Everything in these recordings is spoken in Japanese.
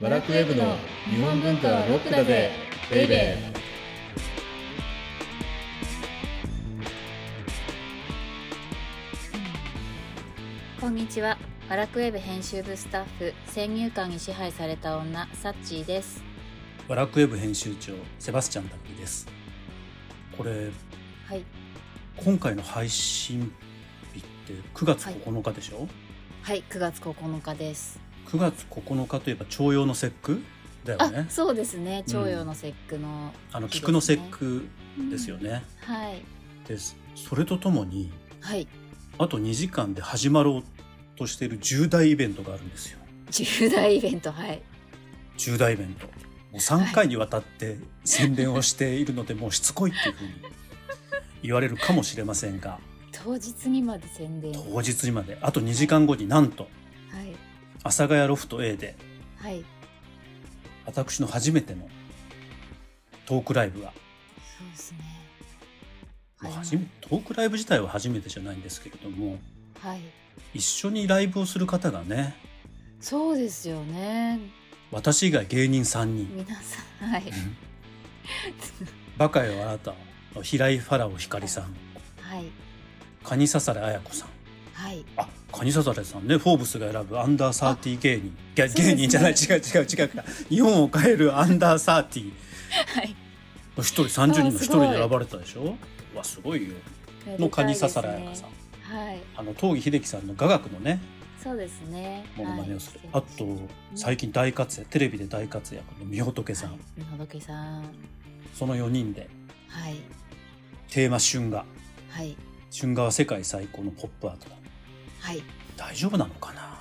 バラクウェブの日本文化はロックだぜベイベーこんにちは。バラクウェブ編集部スタッフ、先入観に支配された女、サッチーです。ワラクウェブ編集長セバスチャン拓実ですこれはい。今回の配信日って9月9日でしょ、はい、9月9日です。 9月9日といえば徴用の節句だよあね、そうですね。徴用の節句の。あの菊の節句ですよね、はい。ですそれとともにはい。あと2時間で始まろうとしている重大イベントがあるんですよ重大イベント、はい。重大イベントもう3回にわたって宣伝をしているので、もうしつこいっていうふうに言われるかもしれませんが当日にまで宣伝。は当日にまであと2時間後になんとい。阿佐ヶ谷ロフト A ではい。私の初めてのトークライブが、そうですね。もうはい初めトークライブ自体は初めてじゃないんですけれどもはい。一緒にライブをする方がねそうですよね。私以外芸人3人皆さん、はい。 バカよあなた平井ファラオ光さんはい。カニササレ綾子さんはい。あカニササレさんね「フォーブス」が選ぶアンダーサーティー芸人いやそうですね芸人じゃない違う違う違う違う日本を変えるアンダーサーティーはい。の一人30人のあ一人すごいで選ばれたでしょうわすごいよのカニササレめでたいで綾子すさねん。はい。あの東儀秀樹さんの雅楽のねそうですね。モノマネをする、はいあと最近大活躍テレビで大活躍のみほとけさん、はい、のどけさん。その4人ではい。テーマ「春画」はい。 「春画は世界最高のポップアートだはい。」大丈夫なのかな、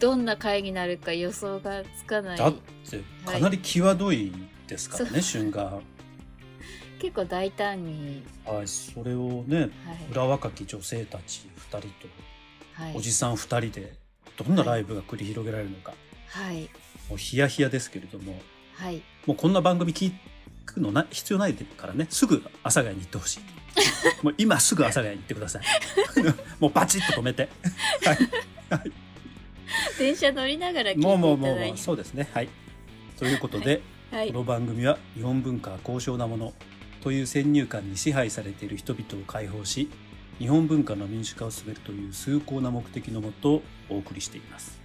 どんな回になるか予想がつかない。だってかなり際どいですからね、はい春画結構大胆に。はいそれをねはい。裏若き女性たち2人はい。とおじさん2人でどんなライブが繰り広げられるのか、はい。もうヒヤヒヤですけれどもはい。 もうこんな番組聞くのな必要ないからね、すぐ阿佐ヶ谷に行ってほ しい。もう今すぐ阿佐ヶ谷に行ってください。 もうバチッと止 めて。電車乗りながら聞いていもうもうたもうだも、いうて。そうですね。はい。ということで、はいこ。の番組は日本文化は高尚なものという先入観に支配されている人々を解放し、日本文化の民主化を進めるという崇高な目的のもとお送りしています。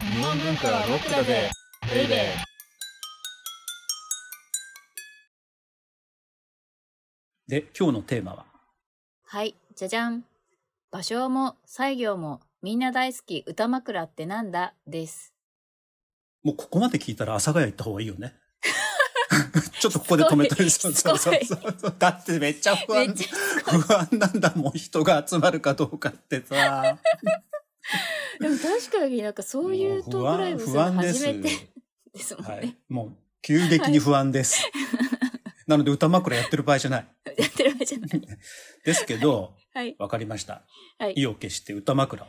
日本文化はロックだぜベイベで、今日のテーマは、はい。じゃじゃん。芭蕉も、西行も、みんな大好き歌枕ってなんだです。もうここまで聞いたら阿佐ヶ谷行った方がいい よね。ちょっとここで止めたりすごいそうそうそうそう。だってめっちゃ不め安っ。ちゃ、 不安なんだもん、人が集まるかどうかってさ。でも確かになんかそういうトークライブする不安の不安で初す。めてですもんね。はい。もう、急激に不安です。 なので歌枕やってる場合じゃない。やってるわけじゃない。ですけど、はい。わかりました。はい意を決して歌枕を。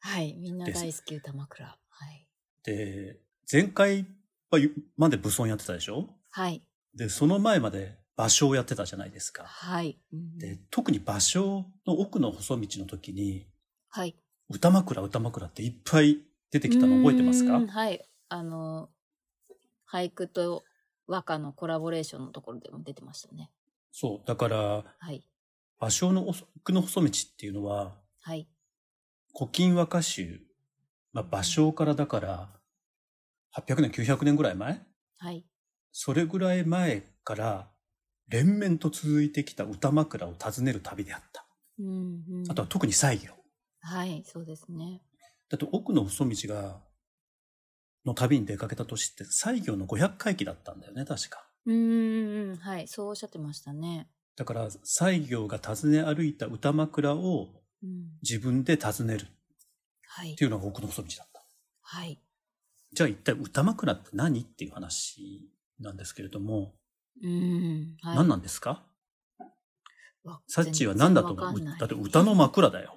はい。みんなです大好き歌枕。はい。で、前回はゆまで武装やってたでしょはい。で、その前まで芭蕉をやってたじゃないですか。はい。うんで特に芭蕉の奥の細道の時にはい。歌枕歌枕っていっぱい出てきたの覚えてますうかーんはい。あの、俳句と和歌のコラボレーションのところでも出てましたね。そうだからはい。芭蕉の奥の細道っていうのははい。古今和歌集、まあ、芭蕉からだから800年900年ぐらい前はい。それぐらい前から連綿と続いてきた歌枕を訪ねる旅であったうん、うん。あとは特に西行はい。そうですね。だって奥の細道がの旅に出かけた年って西行の500回忌だったんだよね確か。うーん。はい。そうおっしゃってましたね。だから西行が訪ね歩いた歌枕をうん。自分で訪ねるっはいて。いうのが奥の細道だった。はい。じゃあ一体歌枕って何っていう話なんですけれども、うん。はい。何なんですかわサッチーは何だと全然わ思かうんないだって歌の枕だよ。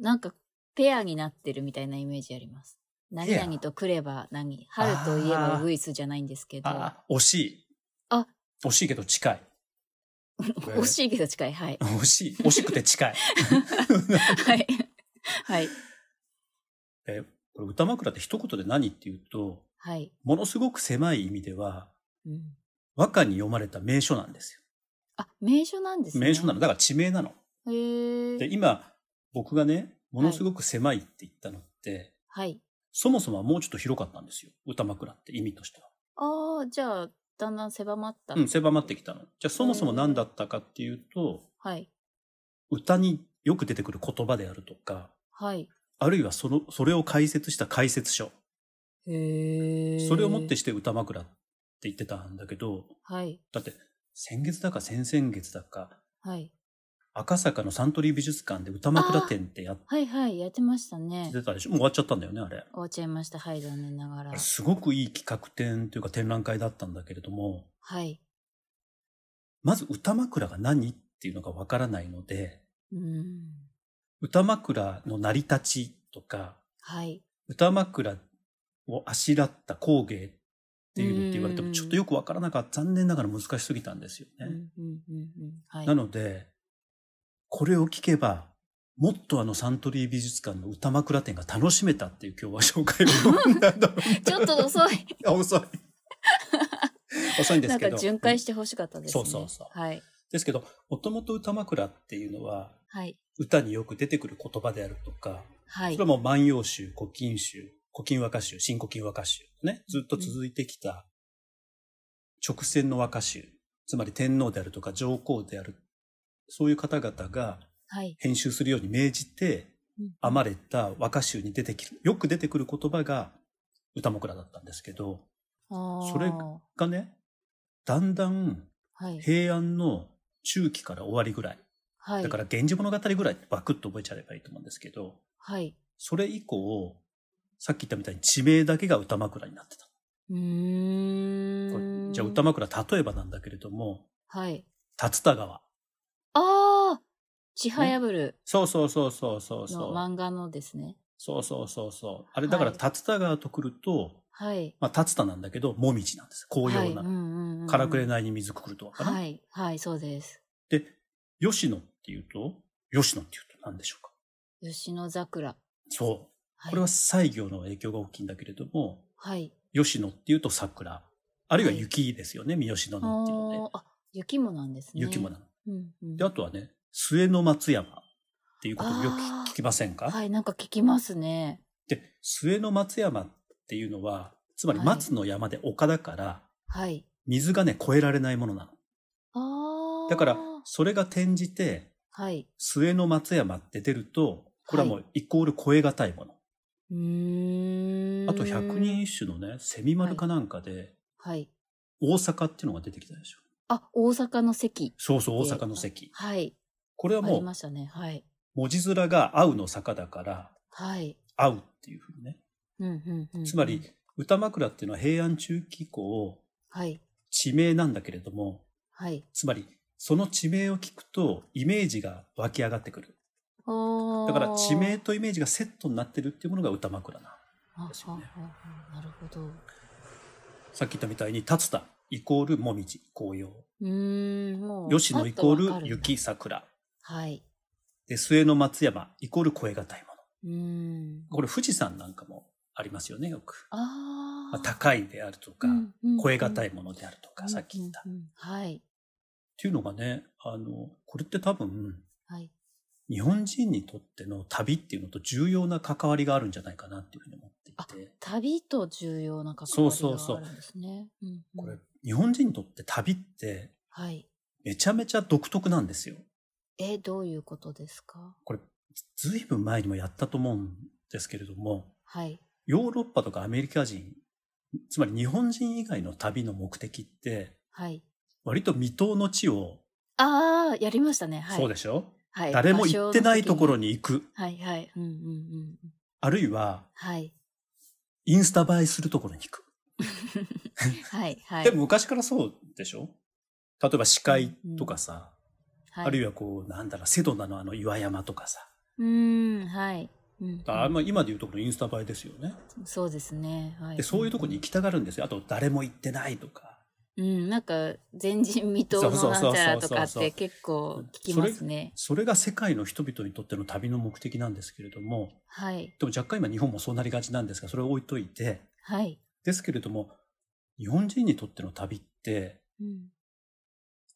なんか、ペアになってるみたいなイメージあります。何ペア々と来れば何春といえばあーウグイスじゃないんですけど。ああ、惜しい。あ惜しいけど近い。惜しいけど近い。はい。惜しい。惜しくて近 い。はい。はい。えこれ歌枕って一言で何っていうと、はい。ものすごく狭い意味では、うん、和歌に読まれた名所なんですあ、名所なんですよ。ね。名所なの。だから地名なの。へで、え。今、僕がね、ものすごく狭いって言ったのって、はい。そもそもはもうちょっと広かったんですよ。歌枕って意味としては。ああ、じゃあ、だんだん狭まった。うん、狭まってきたの。じゃあそもそも何だったかっていうと、はい。歌によく出てくる言葉であるとか、はい。あるいはその、それを解説した解説書。へえ。それをもってして歌枕って言ってたんだけど、はい。だって、先月だか先々月だか、はい。赤坂のサントリー美術館で歌枕展ってやっはいはい。やってましたね。てたでしょもう終わっちゃったんだよね、あれ。終わっちゃいました。はい、残念ながらあれ。すごくいい企画展というか展覧会だったんだけれども、はい。まず歌枕が何っていうのがわからないので、うん。歌枕の成り立ちとか、はい。歌枕をあしらった工芸っていうのって言われてもちょっとよくわからなかった。残念ながら難しすぎたんですようね。んうんうんうん。はい。なので、これを聞けば、もっとあのサントリー美術館の歌枕展が楽しめたっていう今日は紹介をなんだろう ちょっと遅い。あ遅い。 遅いんでなすんけかど。巡回してほしかったですね。そうそうそうはい。ですけど、もともと歌枕っていうのは、はい。歌によく出てくる言葉であるとか、はそいれ。も万葉集、古今集、古今和歌集、新古今和歌集とね、ずっと続いてきた直線の和歌集、つまり天皇であるとか上皇である、そういう方々がはい。編集するように命じて、うん編まれた和歌集に出てきる、よく出てくる言葉が歌枕だったんですけど、あーそれがね、だんだんはい。平安の中期から終わりぐらい、はい。だから源氏物語ぐらいバクッと覚えちゃえばいいと思うんですけど、はい。それ以降、さっき言ったみたいに地名だけが歌枕になってた。うこーれん。じゃあ歌枕、例えばなんだけれども、はい。竜田川。ああちはやぶるそうそうそうそうそうのそう。漫画のですね。そうそうそうそう。あれだからはい竜田川とくると、はい。まあ竜田なんだけど、もみじなんです。紅葉な。なからくれなないに水くくるとわかな。はい。はい、そうです。で、吉野っていうと、吉野っていうと何でしょうか。吉野桜。そう。はい、これは西行の影響が大きいんだけれども、はい。吉野っていうと桜、あるいは雪ですよね、三好あ殿っていうので、ーあ、雪もなんですね。雪もなの。うんうんで、あとはね、末の松山っていうことをよくあー聞きませんか、はい、なんか聞きますね。で、末の松山っていうのは、つまりはい松の山で丘だから、はい。水がね、越えられないものなあの。あ。だから、それが転じて、はい。末の松山って出ると、これはもうイコール越え難いもの。うーん。あと、百人。一首のね、セミ丸かなんかで、はい。大阪っていうのが出てきたでしょ。あ、大阪の席。そうそう、大阪の関。はい。これはありもうま、したね。はい。文字面が合うの坂だから、はい。合うっていうふうにね。うんうんうんうん。つまり、、歌枕っていうのは平安中期以降、はい。地名なんだけれども、はい。つまり、その地名を聞くと、イメージが湧き上がってくる。おーだから、地名とイメージがセットになってるっていうものが歌枕な。ですよねああああなるほど。さっき言ったみたいに、竜田イコールもみじ、紅葉。うーん、もう。吉野イコパッとわーかルる雪、。桜。はい。で、末の松山イコール声がたいもうの。ーん。これ、富士山なんかもありますよね、よく。あまあ、あ。高いであるとか、声がたいいものであるとか、さっき言った。っうんうんはい。ていうのがね、あの、これって多分、はい。日本人にとっての旅っていうのと重要な関わりがあるんじゃないかなっていうふうに思っていて、旅と重要な関そうわそうりそうがあるんですね。うんうんこれ、日本人にとって旅ってはい。めちゃめちゃ独特なんですよ。え、どういうことですかずいぶん前にもやったと思うんですけれども、はい。ヨーロッパとかアメリカ人、つまり日本人以外の旅の目的って、はい。割と未踏の地を、ああ、やりましたね。はい。そうでしょはい。誰も行ってないところに。に行く、はいはい。うんうんうん。あるいははい。インスタ映えするところに行く。はいはい。でも昔からそうでしょ例えば司会とかさ、はい、あるいはこう、なんだろう、セドナのあの岩山とかさ。うーん、はい。うん、あまあ今で言うところのインスタ映えですよね。そうですね。はい。でそういうところに行きたがるんですよ。あと、誰も行ってないとか。うん、なんか前人未到そのうなそんうそうそうちゃらとかっそうそうて結構聞きますね。それが世界の人々にとっての旅の目的なんですけれども、はい。でも若干今日本もそうなりがちなんですが、それを置いといて、はい。ですけれども、日本人にとっての旅って、うん。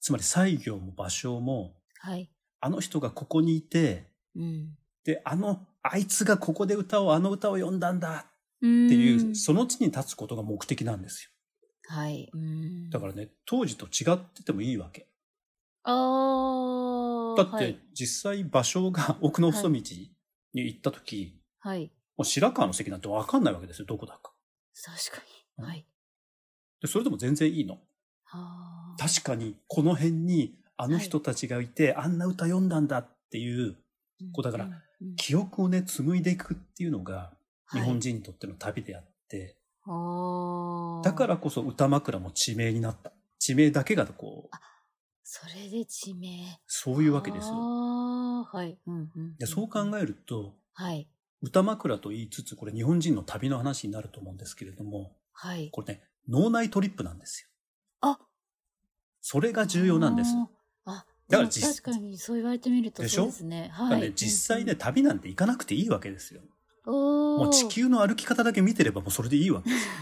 つまり西行も場所も、はい。あの人がここにいて、うん。で、あの、あいつがここで歌を、あの歌を読んだんだってっていう、その地に立つことが目的なんですよ。はい。うん。だからね、当時と違っててもいいわけ。あーだっはてい。実際場所が奥の細道に行った時、はい。もう白川の席なんて分かんないわけですよ、どこだか。確かに。はい。で、それでも全然いいの。はあ。確かにこの辺にあの人たちがいて、あんな歌読んだんだっていうこうだからうん、うん記憶をね、紡いでいくっていうのが日本人。人にとっての旅であって、おーだからこそ歌枕も地名になった。地名だけがこう、それで地名。そういうわけですよ。ああ、はい。うんうん。でそう考えると、はい。歌枕と言いつつ、これ日本人の旅の話になると思うんですけれども、はい。これね、脳内トリップなんですよ。あそれが重要なんです。あー。あ、だだかからら実確かにそう言われてみるとでしそょうですね。だかはらねい。実際ね、旅なんて行かなくていいわけですよ。うんうん、おーもう地。球の歩き方だけ見てればもうそれでいいわ けですよ。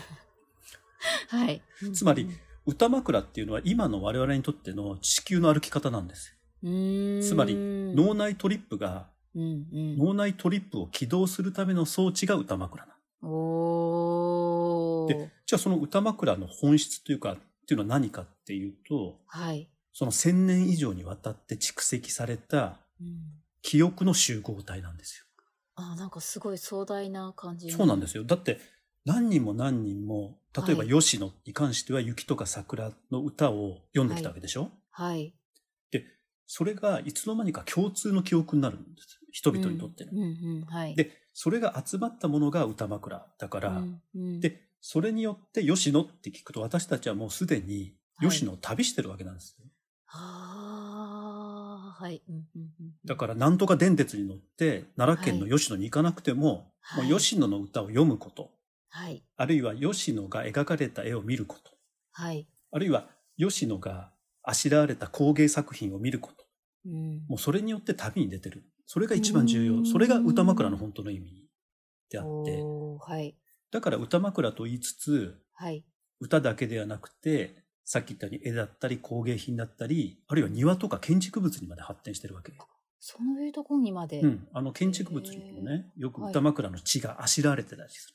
はい。つまり歌枕っていうのは今の我々にとっての地球の歩き方なんですうよ。んうん、つまり脳脳内トリップが、うんう脳内トリップを起動するための装置が歌枕なの。ん。おーで。じゃあその歌枕の本質というか、っていうのは何かっていうと、はい。その1000年以上にわたって蓄積されたうん記憶の集合体なんですよ。あなんかすごい壮大な感じ。そうなんす。ですよ。だって何人も何人も、例えはばい吉野に関しては雪とか桜の歌を読んできたわけでしょ、はい。それがいつの間にか共通の記憶になるんです。人々にとっての。うんうんうん。はい。で、それが集まったものが歌枕だかうら、んうん、で、それによって吉野って聞くと私たちはもうすでにはい吉野を旅してるわけなんですよ。ああ、はい。うんうんうんだからなんとか電鉄に乗って奈良県の吉野に行かなくても、はいもう吉野の歌を読むこと、はい。あるいは吉野が描かれた絵を見ること、はい。あるいは吉野があしらわれた工芸作品を見ること。うん。もうそれによって旅に出てる。それが一番重う要。んそれが歌枕の本当の意味であって。おーはい。だから歌枕と言いつつ、はい。歌だけではなくて、さっき言ったように絵だったり工芸品だったり、あるいは庭とか建築物にまで発展してるわけ。そういうところにまで。うん。あの建築物にもね、よく歌枕の血があしらわれてたりする。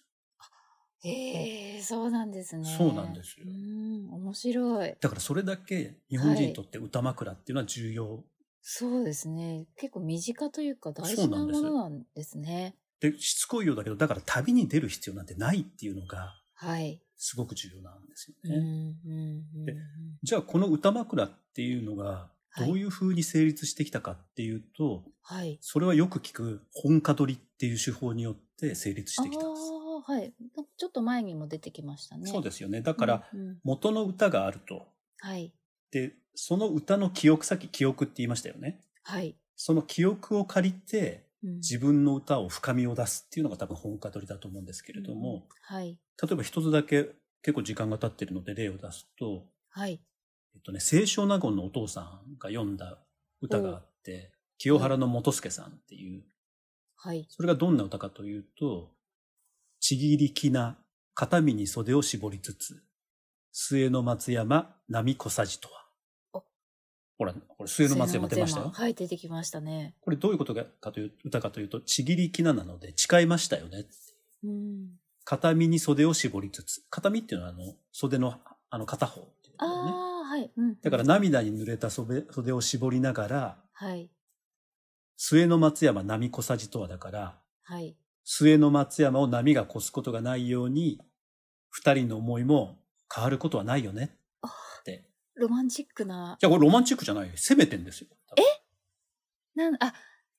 へえ、そうなんですね。そうなんですようん、面白い。だからそれだけ日本人にとって歌枕っていうのは重要そうですね。結構身近というか大そ事うななんですものなんですね。で、しつこいようだけど、だから旅に出る必要なんてないっていうのが、はい。すごく重要なんですうよね。んうんうんでじゃあこの歌枕っていうのがはいどういうふうに成立してきたかっていうと、はい。それはよく聞く本家取りっていう手法によって成立してきたんです。ああ、はい。なんかちょっと前にも出てきましたね。。そうですすよね。だからうんうん元の歌があると。はい。で、その歌の記憶、さっき記憶って言いましたよね。はい。その記憶を借りてうん自分の歌を深みを出すっていうのが多分本家取りだと思うんですけれども、はい。例えば一つだけ結構時間が経ってるので例を出すと、はい。えっとね、清少納言のお父さんが読んだ歌があって、清原の元助さんっていう、はい。それがどんな歌かというと、ちぎりきな、片身に袖を絞りつつ、末の松山、波小さじとはお。ほら、これ末の松山出ましたよ。はい、出てきましたね。これどういうことかという、歌かというと、ちぎりきななので誓いましたよね。うん。片身に袖を絞りつつ、片身っていうのはあの、袖の、あの、片方っていうことだよね。ああ、はい。うん。だから涙に濡れた袖袖を絞りながら、はい。末の松山波小さじとはだから、はい。末の松山を波が越すことがないように、二人の思いも変わることはないよねあって。ロマンチックな。いや、これロマンチックじゃないよ。攻めてんですよ。えなんあ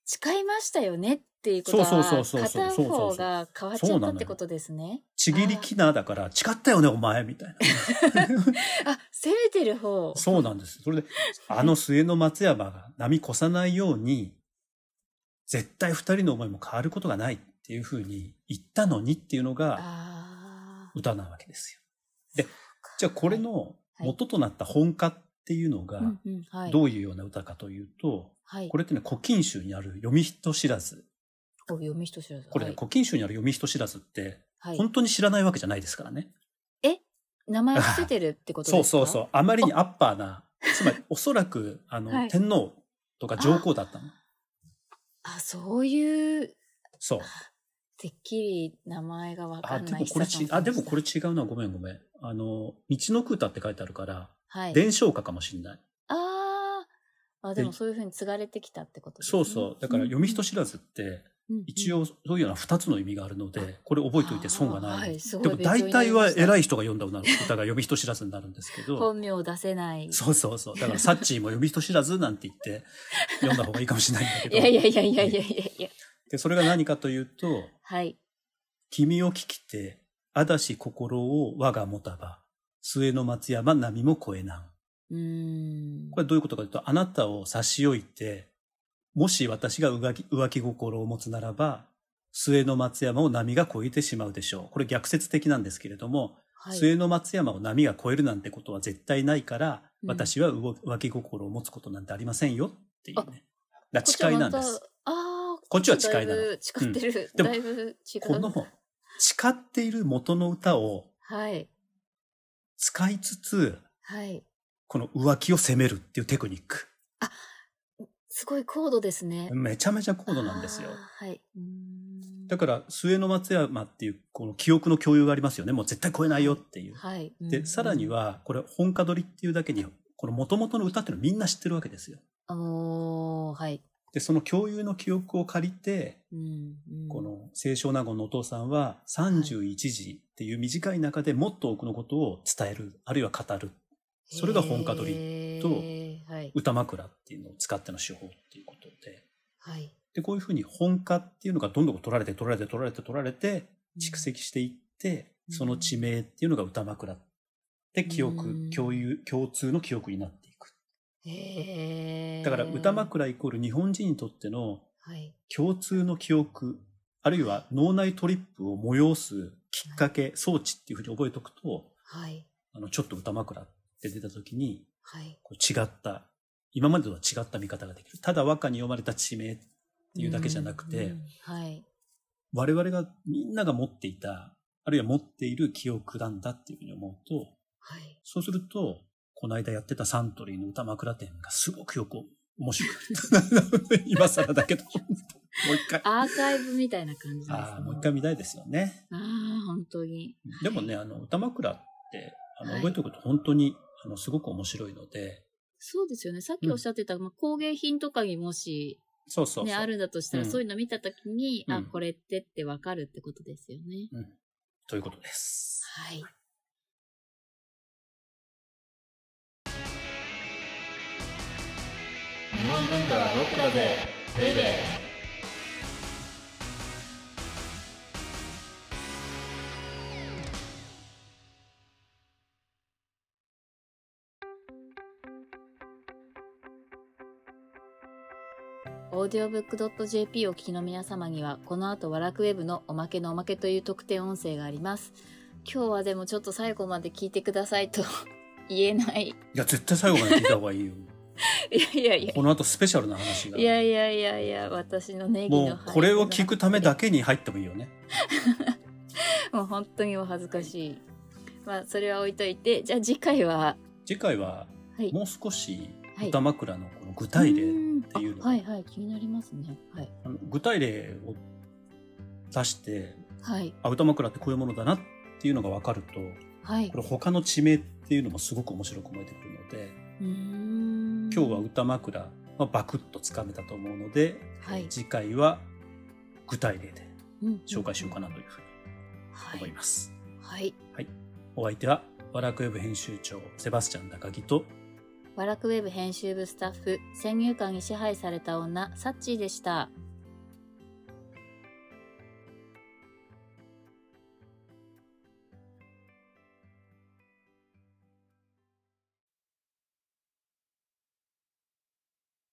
誓いましたよねっていうことはそうそうそうそうそ片うそうそう方が変わっちゃったってことですね。ちぎりきなだから、誓ったよね、お前、みたいな。あ攻めてる 方。そうなんです。それで、あの末の松山が波越さないように、絶対二人の思いも変わることがないっていうふうに言ったのにっていうのがあ歌なわけですよ。で、じゃあこれのあはい元となった本歌っていうのがうんうんはい。どういうような歌かというと、はい。これってね「古今集」にある「読み人知らずお読み人知らず。」これね、はい古今集にある「読み人知らず」ってはい。本当に知らないわけじゃないですからね。名前を伏せてるってことそでうすかそうそう。あまりにアッパーな、つまりおそらく、あの、はい天皇とか上皇だったの。あ、そういう、そう。てっきり名前がわかあ、んでないもこれ久ち、々あ、にで聞きまもしたこれ違うな。ごめんごめん。あの、道の空太って書いてあるから、はい。伝承歌かもしんない。あーあ、でもでそういうふうに継がれてきたってことですそねうそう。だから読み人知らずって、一、応そういうような二つの意味があるので、これ覚えておいて損があーな。はいいすごいでも大体勉強になはりました偉い人が読んだ歌が読み人知らずになるんですけうんうんど、本名を出せない。そうそうそう。だからサッチーも読み人知らずなんて言って読んだ方がいいかもしれないんだけいど。やいやいやいやいやいやいや。で、それが何かというと、はい。君を聞きて、あだし心を我がもたば、末の松山波も越えなん。うーん。これはどういうことかというと、あなたを差し置いて、もし私が浮気浮気心を持つならば、末の松山を波が越えてしまうでしょう。これ逆説的なんですけれども、はい、末の松山を波が越えるなんてことは絶対ないから、うん私は浮浮気心を持つことなんてありませんよっていうね。だからこっち誓はいなまんたです。。ああ、こっちは誓いなのだぶ誓ってる。うんでもだいぶ違う。この誓っている元の歌をはい。使いつつ、はい。この浮気を責めるっていうテクニック。すごい高度ですね。めちゃめちゃ高度なんですよ。あーはい。うーんだから、末の松山っていう、この記憶の共有がありますよね。もう絶対超えないよっていう。はい。うで、んさらに、は、これ、本歌取りっていうだけに、この元々の歌っていうのはみんな知ってるわけですよ。あのーはい。で、その共有の記憶を借りて、うんうんこの、清少納言のお父さんは、31時っていう短い中でもっと多くのことを伝える、あるいは語る、それが本歌取りとはい。歌枕っていうのを使っての手法っていうことで。はい。で、こういうふうに本歌っていうのがどんどん取られて取られて取られて取られて、蓄積していって、うんその地名っていうのが歌枕で記憶、うん共有共通の記憶になっていくへーだから歌、枕イコール日本人にとってのはい。共通の記憶あるいは脳内トリップを催すきっかけ、装置っていうふうに覚えておくとはい。あのちょっと歌枕って出た時にはい。こう違った今までとは違った見方ができるただ和歌に読まれた地名っていうだけじゃなくて、うんうんはい。我々がみんなが持っていたあるいは持っている記憶なんだっていうふうに思うとはい。そうすると、この間やってたサントリーの歌枕店がすごくよく面白かった。 今更だけど、もう一回。あアーカイブみたいな感じですね。あー、もう一回見たいですよね。ああ、本当に。でもね、あの、歌枕って、あの、はい覚えておくと本当に、あの、すごく面白いので、そうですよね。さっきおっしゃってた、まあ、工芸品とかにもし、そうそうそう。ね、あるんだとしたら、うんそういうの見たときに、うあ、んこれってってわかるってことですよね。うん。ということです。はい。日本文化はロックだぜベイベーオーディオブックドット JP をお聞きの皆様には、この後、ワラクウェブのおまけのおまけという特典音声があります。今日はでもちょっと最後まで聞いてくださいと 言えない。いや、絶対最後まで聞いた方がいいよ。いや いやいや。この後スペシャルな話が。いやいやいやいや、私のネギのもう、これを聞くためだけに入ってもいいよね。もう本当にお恥ずかしい。まあ、それは置いといて、じゃあ次回は、次回は、はい。もう少し、はい歌枕のこの具体例、っていうのはいはい、気になりますね。はい。あの具体例を出して、はい。あ、歌枕ってこういうものだなっていうのが分かると、はいこ。れ他の地名っていうのもすごく面白く思えてくるので、うーん今日は歌枕はバクッとつかめたと思うので、はい次回は具体例で紹介しようかな。なというふうには思いい。ます。はい。お相手は、ワラクウェブ編集長、セバスチャン高木と、ワラクウェブ編集部スタッフ、先入観に支配された女、サッチーでした。